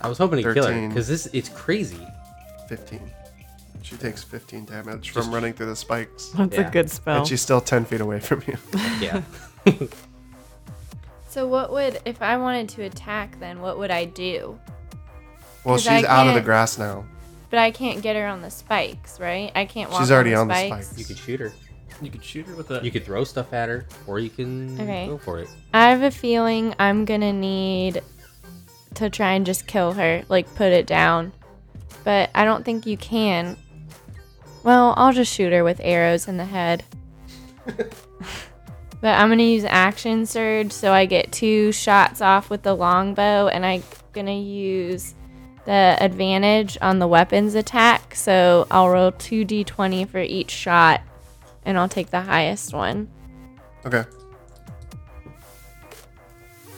S5: I was hoping to kill her
S2: 13.
S5: because this it's crazy.
S2: 15. She takes 15 damage
S5: Just-
S2: from running through the spikes.
S7: That's
S5: Yeah.
S7: a good spell.
S2: And she's still 10 feet away from you.
S5: Yeah.
S4: So what would if I wanted to attack then what would I do?
S2: Well,
S4: 'Cause
S2: she's
S4: I
S2: out of the
S4: can't-
S2: grass now.
S4: But I can't get her on the spikes, right? I can't walk
S2: She's already
S4: on
S2: on
S4: the
S2: the
S4: spikes.
S2: spikes.
S5: you could shoot her.
S8: You could shoot her with a.
S5: You could throw stuff at her, or you can
S4: Okay.
S5: go for it.
S4: I have a feeling I'm gonna need to try and just kill her, like put it down. But I don't think you can. Well, I'll just shoot her with arrows in the head. but I'm gonna use action surge, so I get two shots off with the longbow, and I'm gonna use the advantage on the weapons attack attack. So I'll roll 2d20 for each shot, and I'll take the highest one.
S2: Okay.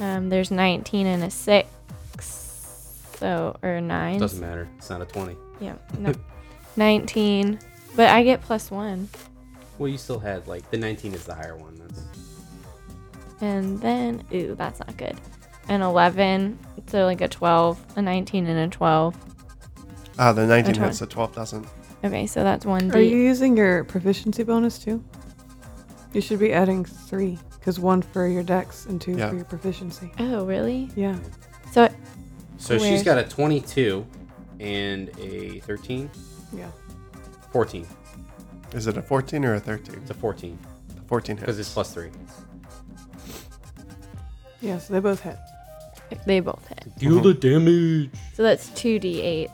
S4: Um, there's 19 and a 6. So, or a 9.
S5: Doesn't matter. It's not a twenty.
S4: Yeah. No. 19. But I get plus 1.
S5: Well, you still had like the nineteen is the higher one. That's
S4: And then, ooh, that's not good. An 11. So, like a 12, a 19, and a 12.
S2: Ah, the 19
S4: Okay.
S2: hits, the 12 doesn't.
S4: Okay, so that's one
S7: Are you
S4: D.
S7: using your proficiency bonus too? You should be adding three, because one for your dex and two
S2: Yeah.
S7: for your proficiency.
S4: Oh, really?
S7: Yeah.
S4: So,
S5: so she's
S4: Where?
S5: got a twenty-two and a 13?
S7: Yeah.
S5: 14.
S2: Is it a 14 or a 13?
S5: It's a fourteen
S2: 14
S5: because
S2: hits.
S5: it's plus three.
S7: Yeah, so they both hit.
S4: they both hit.
S5: Deal
S8: Uh-huh.
S5: the damage.
S4: So that's two d8s.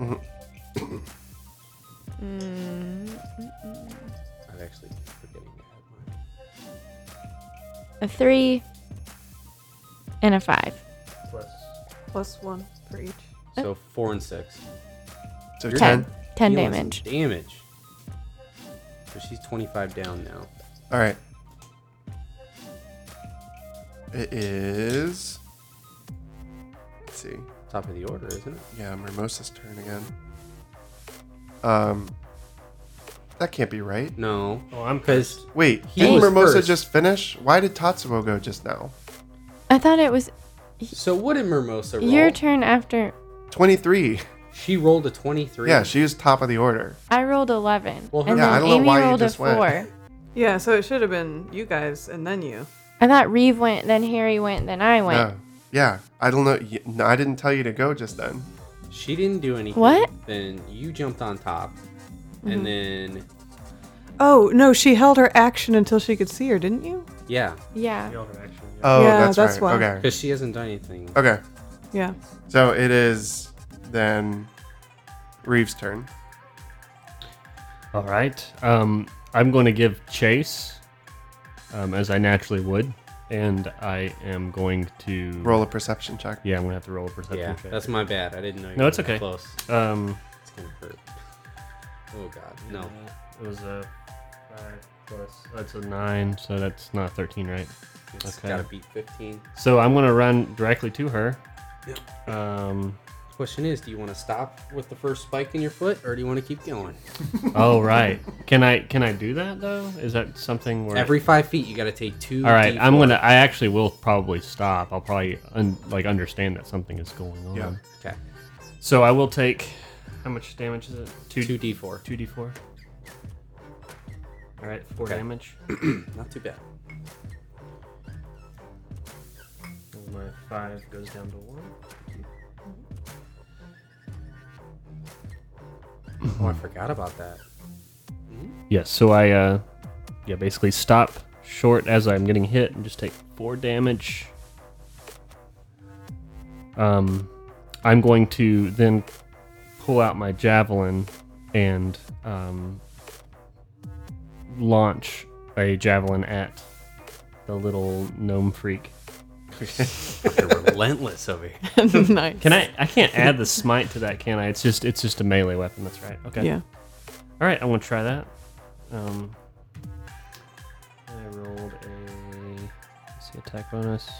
S2: Mhm.
S4: Mm,
S5: I'm actually forgetting to have mine.
S4: a three and a five.
S7: Plus one for each.
S5: So four and six.
S2: So
S5: You're
S2: 10.
S4: Ten. Uh, Ten
S5: Dealing some
S4: damage.
S5: Damage. So she's 25 down now.
S2: All right. It is. Let's see.
S5: Top of the order, isn't it?
S2: Yeah, Mimosa's turn again. Um, that can't be right.
S5: No.
S8: Oh, I'm
S5: Because
S2: Wait,
S5: He
S2: didn't
S5: was
S2: Mimosa
S5: first.
S2: just finish? Why did Tatsuo go just now?
S4: I thought it was
S5: so what did Mimosa roll?
S4: your turn after.
S2: Twenty-three.
S5: She rolled a 23.
S2: Yeah, she was top of the order.
S4: I rolled eleven,
S5: Well,
S4: and
S5: her- Yeah, I
S4: then
S2: don't know
S4: Amy
S2: why you
S4: rolled a
S2: just
S4: four.
S2: went.
S7: Yeah, so it should have been you guys and then you.
S4: I thought Reeve went, then Harry went, then I went.
S2: No. Yeah, I don't know. y- No, I didn't tell you to go just then.
S5: She didn't do anything.
S4: What?
S5: Then you jumped on top. And then,
S7: Oh, no, she held her action until she could see her, didn't you?
S5: yeah.
S4: Yeah.
S2: Oh,
S7: Yeah,
S2: that's,
S7: that's
S2: right.
S7: why.
S2: Okay.
S5: Because she hasn't done anything.
S2: Okay.
S7: Yeah.
S2: So it is then Reeves' turn.
S8: All right. Um, I'm going to give chase, um, as I naturally would, and I am going to
S2: Roll a perception check.
S8: Yeah, I'm gonna have to roll a perception
S5: Yeah,
S8: check.
S5: that's my bad. I didn't know you
S8: No,
S5: were
S8: it's
S5: that
S8: okay.
S5: close.
S8: um,
S5: It's going to hurt. Oh, God. No.
S8: it was a five plus. That's a nine, so that's not thirteen, right?
S5: It's
S8: Okay.
S5: got to beat 15.
S8: So I'm gonna run directly to her. Um.
S5: Question is, do you want to stop with the first spike in your foot, or do you want to keep going?
S8: Oh right. Can I can I do that though? Is that something where
S5: Every five feet, you got to take two.
S8: All right, I'm
S5: D4.
S8: gonna. I actually will probably stop. I'll probably un, like understand that something is going on.
S2: Yeah.
S5: Okay.
S8: So I will take. How much damage is it?
S5: Two D4.
S8: Two d four. All right, four
S5: Okay.
S8: damage.
S5: Not too bad.
S8: My five goes down to one.
S5: Oh, I forgot about that.
S8: Yes. So I, uh, yeah, basically stop short as I'm getting hit and just take four damage. Um, I'm going to then pull out my javelin and um, launch a javelin at the little gnome freak.
S5: You're relentless over here.
S7: nice.
S8: Can I? I can't add the smite to that, can I? It's just it's just a melee weapon. That's right. Okay.
S7: Yeah.
S8: All right, I want to try that. Um, I rolled a let's see attack bonus.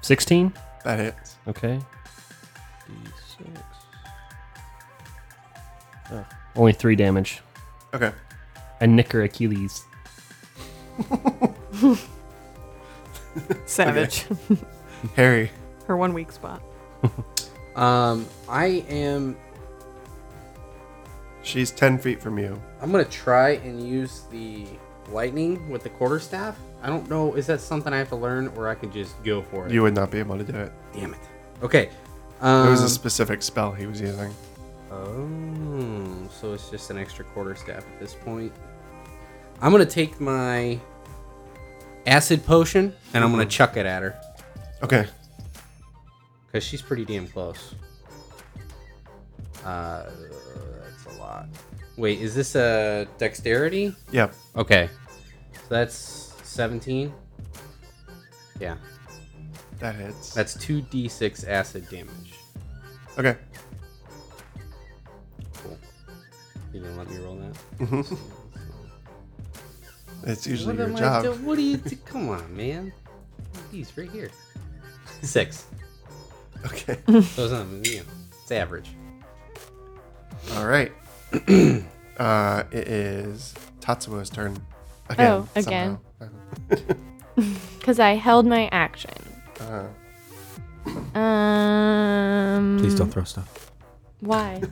S8: Sixteen.
S2: That hits.
S8: Okay. D six. Oh, only three damage.
S2: Okay.
S8: And Nicker Achilles.
S7: Savage.
S2: Harry.
S7: Her one weak spot.
S5: Um, I am.
S2: She's 10 feet from you.
S5: I'm gonna try and use the lightning with the quarterstaff. I don't know. Is that something I have to learn, or I can just go for it?
S2: You would not be able to do it.
S5: Damn it. Okay. Um,
S2: It was a specific spell he was using.
S5: Oh, so it's just an extra quarter staff at this point. I'm gonna take my acid potion and I'm gonna chuck it at her
S2: Okay.
S5: because she's pretty damn close. Uh, that's a lot. Wait, is this a dexterity?
S2: Yep.
S5: Okay, so that's 17. Yeah,
S2: That hits.
S5: that's 2d6 acid damage.
S2: okay.
S5: Cool. You didn't let me roll that.
S2: It's usually
S5: What
S2: your
S5: am I
S2: job.
S5: do- what do you? Do? Come on, man. These right here. Six.
S2: Okay.
S5: So it's, not, you know, it's average.
S2: All right. uh, it is Tatsuo's turn.
S4: Oh, again.
S2: somehow.
S4: Because I held my action.
S2: Uh,
S4: Um.
S5: throw stuff.
S4: Why?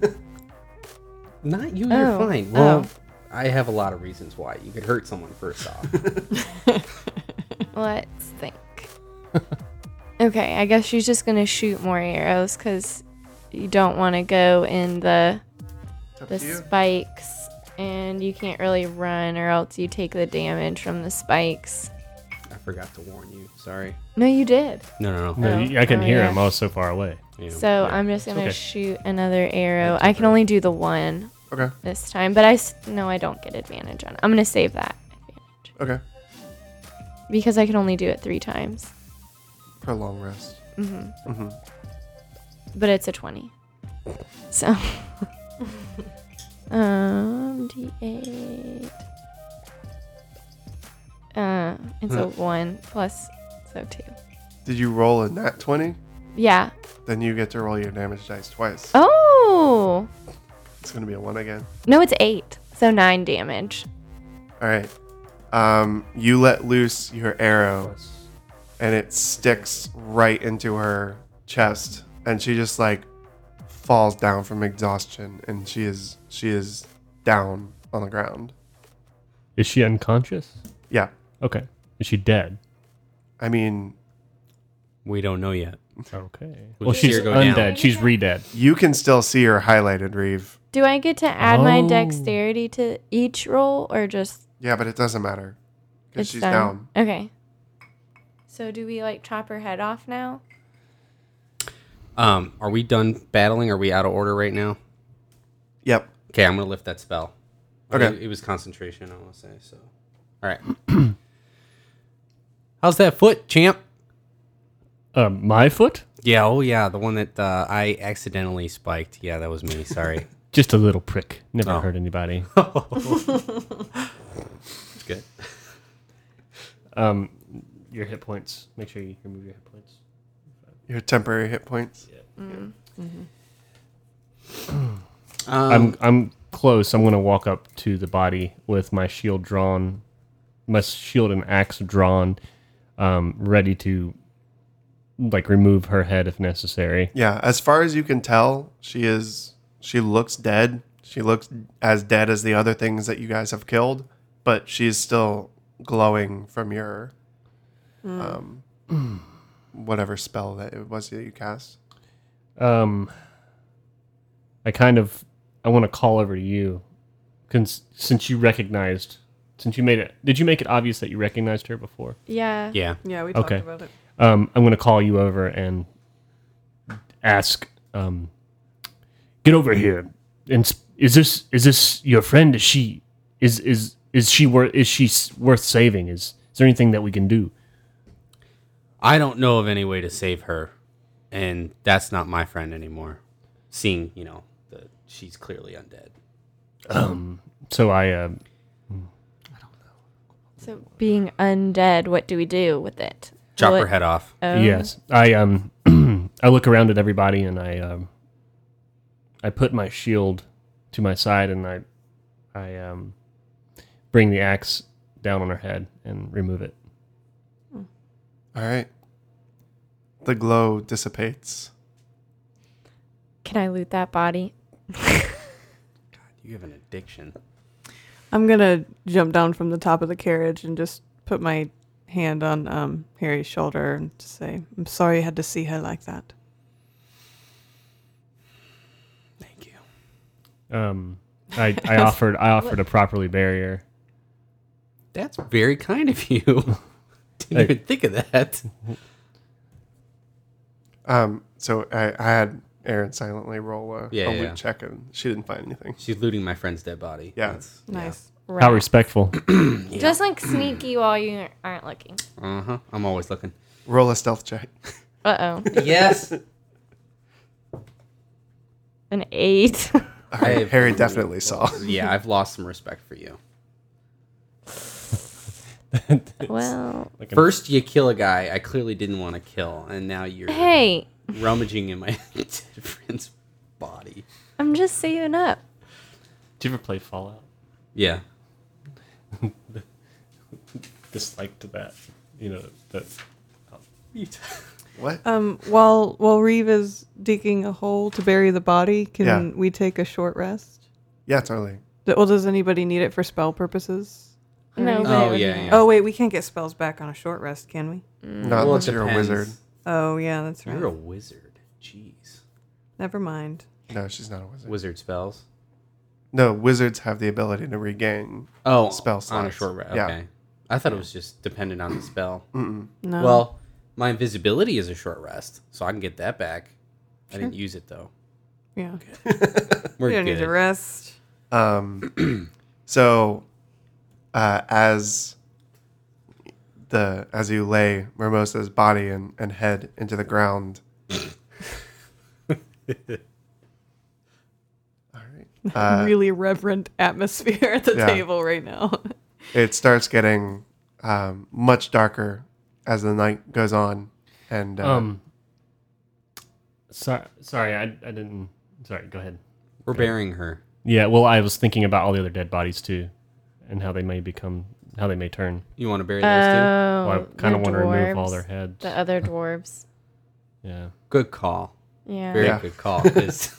S5: Not you.
S4: Oh.
S5: You're fine. Well, I have a lot of reasons why you could hurt someone. First off,
S4: Let's think. okay, I guess she's just gonna shoot more arrows because you don't want to go in the
S2: it's up
S4: the
S2: to you.
S4: spikes, and you can't really run, or else you take the damage from the spikes.
S5: I forgot to warn you. Sorry.
S4: No, you did.
S5: No, no, no.
S8: No,
S4: Oh,
S8: you- I couldn't
S4: oh,
S8: hear
S4: yeah.
S8: him. I was so far away.
S5: You know,
S4: So
S5: yeah.
S4: I'm just gonna
S8: okay.
S4: shoot another arrow. I can only do the one
S2: Okay.
S4: this time, but I s- no, I don't get advantage on. it. I'm gonna save that advantage
S2: Okay.
S4: because I can only do it three times.
S2: Per long rest. Mm-hmm.
S4: but it's a 20. So, um, d8. Uh, it's a
S2: Hmm.
S4: 1 plus, so 2.
S2: Did you roll a nat 20?
S4: Yeah.
S2: Then you get to roll your damage dice twice.
S4: Oh!
S2: It's going to be a one again.
S4: No, it's 8. So 9 damage.
S2: All right. Um, you let loose your arrow, and it sticks right into her chest, and she just like falls down from exhaustion, and she is she is down on the ground.
S8: Is she unconscious?
S2: Yeah,
S8: Okay. Is she dead?
S2: I mean,
S5: we don't know yet.
S8: Okay.
S5: We'll
S8: Well,
S5: just see
S8: she's
S5: her go down.
S8: undead. She's re-dead.
S2: you can still see her highlighted, Reeve.
S4: Do I get to add my
S8: Oh.
S4: dexterity to each roll or just
S2: Yeah, but it doesn't matter because
S4: it's
S2: she's
S4: done?
S2: down.
S4: Okay. So do we like chop her head off now?
S5: Um, are we done battling? Are we out of order right now?
S2: Yep.
S5: Okay, I'm gonna lift that spell.
S2: Okay.
S5: It, it was concentration, I want to say. So, all right. How's that foot, champ?
S8: Um, my foot?
S5: Yeah. Oh, yeah. The one that uh, I accidentally spiked. Yeah, that was me. Sorry.
S8: Just a little prick. Never
S5: Oh.
S8: hurt anybody.
S5: Good.
S8: Um, your hit points. Make sure you remove your hit points.
S2: Your temporary hit points.
S5: Um,
S8: I'm I'm close. I'm gonna walk up to the body with my shield drawn, my shield and axe drawn, um, ready to like remove her head if necessary.
S2: Yeah, as far as you can tell, she is she looks dead. She looks as dead as the other things that you guys have killed, but she's still glowing from your um whatever spell that it was that you cast.
S8: Um, I kind of I want to call over to you, cons- since you recognized, since you made it. Did you make it obvious that you recognized her before?
S4: Yeah.
S5: yeah.
S7: Yeah, we talked
S8: Okay.
S7: about it.
S8: um, I'm going to call you over and ask, um, get over here. And s- is this is this your friend? Is she is is is she worth is she s- worth saving? Is is there anything that we can do?
S5: I don't know of any way to save her, and that's not my friend anymore. Seeing, you know, the, she's clearly undead.
S8: So I uh,
S4: So being undead, what do we do with it?
S5: Chop
S4: Will
S5: her
S4: it-
S5: head off.
S8: uh,
S4: Oh.
S8: yes I um I look around at everybody and I um I put my shield to my side and I I um bring the axe down on her head and remove it.
S2: All right. The glow dissipates.
S4: Can I loot that body?
S5: You have an addiction.
S7: I'm gonna jump down from the top of the carriage and just put my hand on um, Harry's shoulder and just say, "I'm sorry you had to see her like that."
S5: Thank you.
S8: Um, I, I offered I offered a properly barrier.
S5: That's very kind of you. Didn't
S8: Hey.
S5: even think of that.
S2: Um so I, I had Aaron silently roll a,
S5: Yeah,
S2: a
S5: yeah.
S2: loot check and she didn't find anything.
S5: She's looting my friend's dead body.
S2: Yeah.
S5: That's, Mm,
S7: Nice.
S8: How respectful!
S4: Just like sneaky while you aren't looking.
S5: Uh huh. I'm always looking.
S2: Roll a stealth check.
S4: Uh oh.
S5: Yes.
S4: An eight.
S5: I-
S2: Harry definitely saw.
S5: yeah, I've lost some respect for you.
S4: Well,
S8: Like, I'm-
S5: First, you kill a guy I clearly didn't want to kill, and now you're
S4: hey,
S5: rummaging in my dead friend's body.
S4: I'm just saving up.
S8: Do you ever play Fallout?
S5: Yeah.
S8: Disliked that. You know that. oh,
S2: What?
S7: Um, while while Reeve is digging a hole to bury the body, can
S2: Yeah.
S7: we take a short rest?
S2: Yeah, totally.
S7: D- Well, does anybody need it for spell purposes?
S4: No, but it
S5: Oh
S4: would be
S5: yeah.
S4: nice.
S5: yeah.
S7: Oh wait, we can't get spells back on a short rest, can we?
S2: Not
S5: Mm. Well, it
S2: unless you're a
S5: depends.
S2: wizard.
S7: Oh yeah, that's right.
S5: You're a wizard. Jeez.
S7: Never mind.
S2: No, she's not a wizard.
S5: Wizard spells.
S2: No, wizards have the ability to regain.
S5: Oh,
S2: Spell
S5: on a
S2: slots.
S5: short rest.
S2: Yeah.
S5: Okay. I thought it was just dependent on the spell.
S7: No.
S5: Well, my invisibility is a short rest, so I can get that back. I didn't use it though.
S7: yeah.
S5: We're
S7: You don't
S5: good.
S7: need to rest.
S2: Um, so, uh, as the as you lay Mermosa's body and, and head into the ground. All right. Uh,
S7: really reverent atmosphere at the
S2: yeah.
S7: table right now.
S2: it starts getting um, much darker as the night goes on, and uh,
S8: Um. Sorry, sorry, I, I didn't. Sorry, go ahead.
S5: We're burying her.
S8: Yeah, well, I was thinking about all the other dead bodies too, and how they may become, how they may turn.
S5: You want to bury those
S7: Uh,
S5: two?
S4: Oh,
S8: Well, I kind
S4: the
S8: of want to remove all
S4: dwarves,
S8: their heads.
S4: The other dwarves.
S8: yeah.
S5: Good call.
S4: Yeah.
S5: Very
S2: Yeah.
S5: good call. 'cause-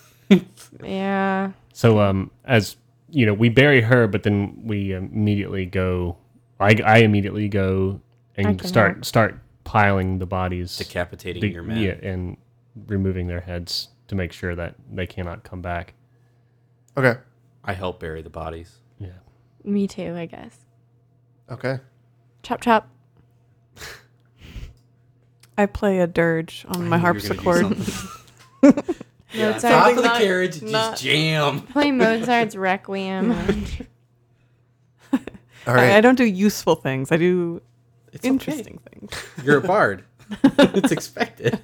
S4: Yeah.
S8: So, um, as you know, we bury her, but then we immediately go. I, I immediately go
S4: I
S8: and
S4: can
S8: start
S4: help.
S8: start piling the bodies,
S5: decapitating
S8: the-
S5: your man.
S8: yeah, and removing their heads to make sure that they cannot come back.
S2: okay,
S5: I help bury the bodies.
S8: Yeah.
S4: Me too, I guess.
S2: okay,
S4: Chop chop.
S7: I play a dirge on my
S5: I knew you were gonna
S7: harpsichord.
S5: do something.
S4: No, it's
S5: Top
S4: our
S5: of the
S7: Not-
S5: carriage,
S7: not-
S5: just jam.
S4: play Mozart's Requiem.
S2: all
S7: I, I
S2: right.
S7: don't do useful things. I do interesting things.
S5: You're a bard. it's expected.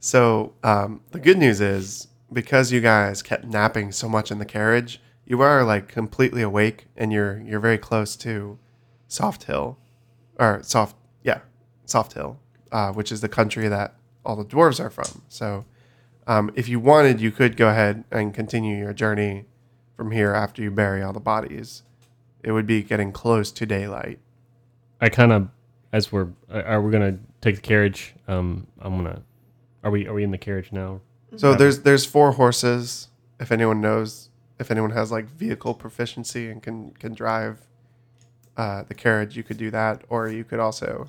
S2: So um, the good news is because you guys kept napping so much in the carriage, you are like completely awake, and you're you're very close to Soft Hill, or soft yeah, Soft Hill, uh, which is the country that all the dwarves are from. So um, if you wanted, you could go ahead and continue your journey from here after you bury all the bodies. It would be getting close to daylight.
S8: I kind of, as we're, are- are we gonna take the carriage? Um, I'm gonna. Are we are we in the carriage now?
S2: So there's there's four horses. If anyone knows, if anyone has like vehicle proficiency and can can drive uh, the carriage, you could do that, or you could also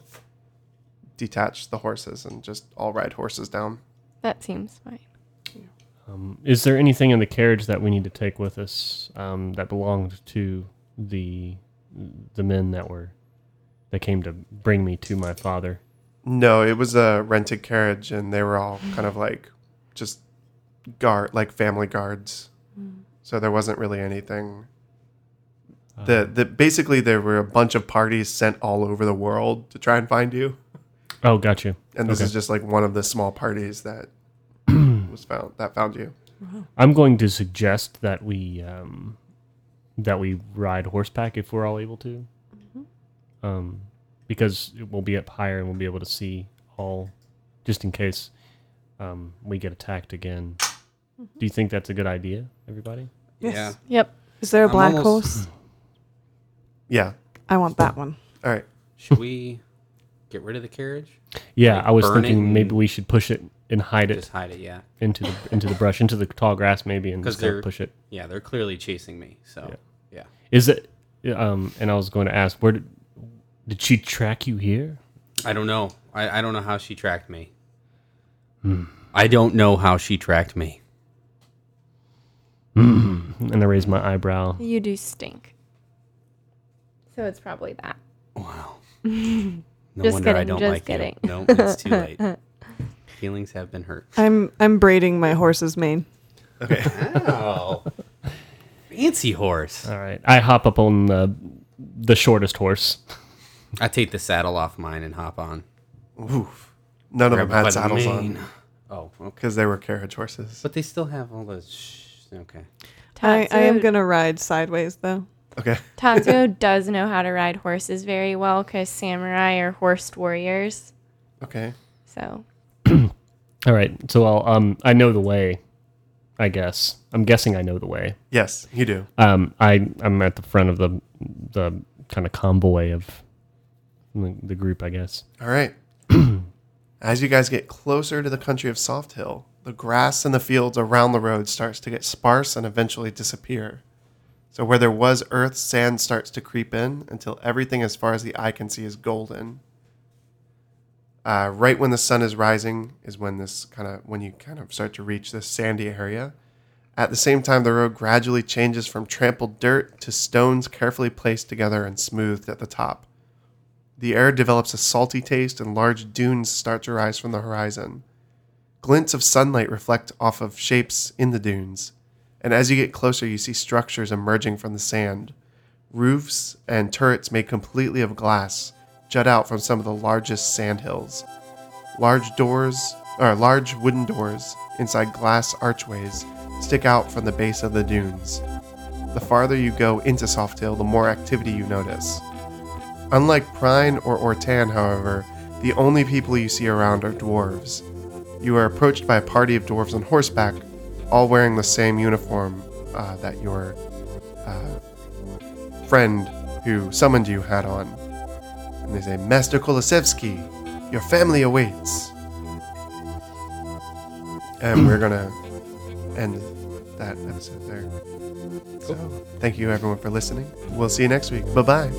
S2: detach the horses and just all ride horses down.
S4: that seems fine.
S8: Um, is there anything in the carriage that we need to take with us um, that belonged to the the men that were that came to bring me to my father?
S2: No, it was a rented carriage, and they were all kind of like just guard like family guards. So there wasn't really anything.
S8: Um,
S2: The, the basically there were a bunch of parties sent all over the world to try and find you.
S8: Oh, gotcha.
S2: and this
S8: Okay.
S2: is just like one of the small parties that was found that found you.
S8: I'm going to suggest that we um, that we ride horseback if we're all able to, um, because it will be up higher and we'll be able to see all, just in case um, we get attacked again. Do you think that's a good idea, everybody?
S7: Yes.
S5: Yeah.
S4: Yep.
S7: Is there a
S5: I'm
S7: black
S5: almost- Mm.
S7: horse?
S2: Yeah.
S7: I want that one.
S2: All right.
S5: Should we get rid of the carriage?
S8: Yeah,
S5: Like
S8: I was
S5: burn it
S8: thinking maybe
S5: and-
S8: we should push it and hide it
S5: Just hide it, yeah.
S8: into the into the brush, into the tall grass, maybe, and
S5: 'Cause
S8: just kinda
S5: they're-
S8: push it.
S5: Yeah, they're clearly chasing me. So, yeah.
S8: Is it? Um, and I was going to ask, where did did she track you here?
S5: I don't know. I, I don't know how she tracked me. Hmm. I don't know how she tracked me. Mm-hmm.
S8: And I raised my eyebrow.
S4: You do stink. So it's probably that.
S5: Wow. No
S4: Just
S5: wonder I
S4: kidding,
S5: don't
S4: just
S5: like
S4: kidding.
S5: you. No, it's too late. Feelings have been hurt.
S7: I'm I'm braiding my horse's mane.
S5: Wow. Fancy horse.
S8: All right, I hop up on the the shortest horse.
S5: I take the saddle off mine and hop on.
S2: Oof. None of them
S5: Grab it by
S2: had
S5: the
S2: saddles
S5: mane.
S2: on.
S5: Oh, okay.
S2: because they were carriage horses.
S5: But they still have all those. Sh- okay.
S7: I, I am
S4: Tatsu-
S7: gonna ride sideways though.
S2: Okay.
S4: Tatsuo does know how to ride horses very well because samurai are horsed warriors.
S2: Okay.
S4: So
S8: All right, so I'll um I know the way, I guess. I'm guessing I know the way.
S2: Yes, you do.
S8: Um, I I'm at the front of the the kind of convoy of the, the group, I guess.
S2: All right. As you guys get closer to the country of Soft Hill, the grass in the fields around the road starts to get sparse and eventually disappear. So where there was earth, sand starts to creep in until everything as far as the eye can see is golden. Uh, right when the sun is rising is when this kind of when you kind of start to reach this sandy area. At the same time, the road gradually changes from trampled dirt to stones carefully placed together and smoothed at the top. The air develops a salty taste, and large dunes start to rise from the horizon. Glints of sunlight reflect off of shapes in the dunes, and as you get closer, you see structures emerging from the sand. Roofs and turrets made completely of glass jut out from some of the largest sand hills. Large doors, or large wooden doors, inside glass archways stick out from the base of the dunes. The farther you go into Soft Hill, the more activity you notice. Unlike Prine or Ortan, however, the only people you see around are dwarves. You are approached by a party of dwarves on horseback, all wearing the same uniform uh, that your uh, friend who summoned you had on. And they say, Master Kolosevsky, your family awaits. And we're gonna end that episode there. So, thank you everyone for listening. We'll see you next week. Bye bye.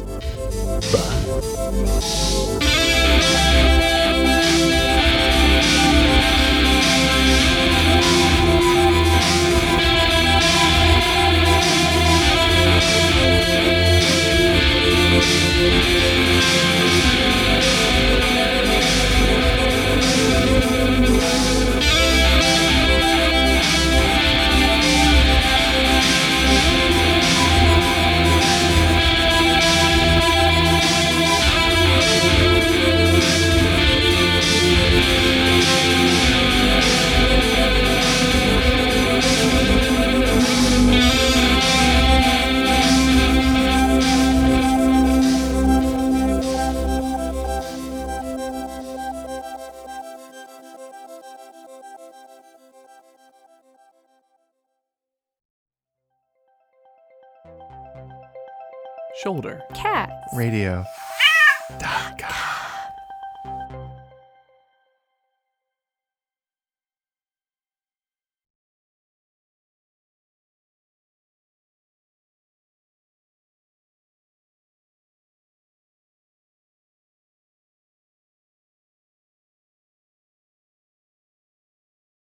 S7: Shoulder.
S9: Cats.
S2: Radio.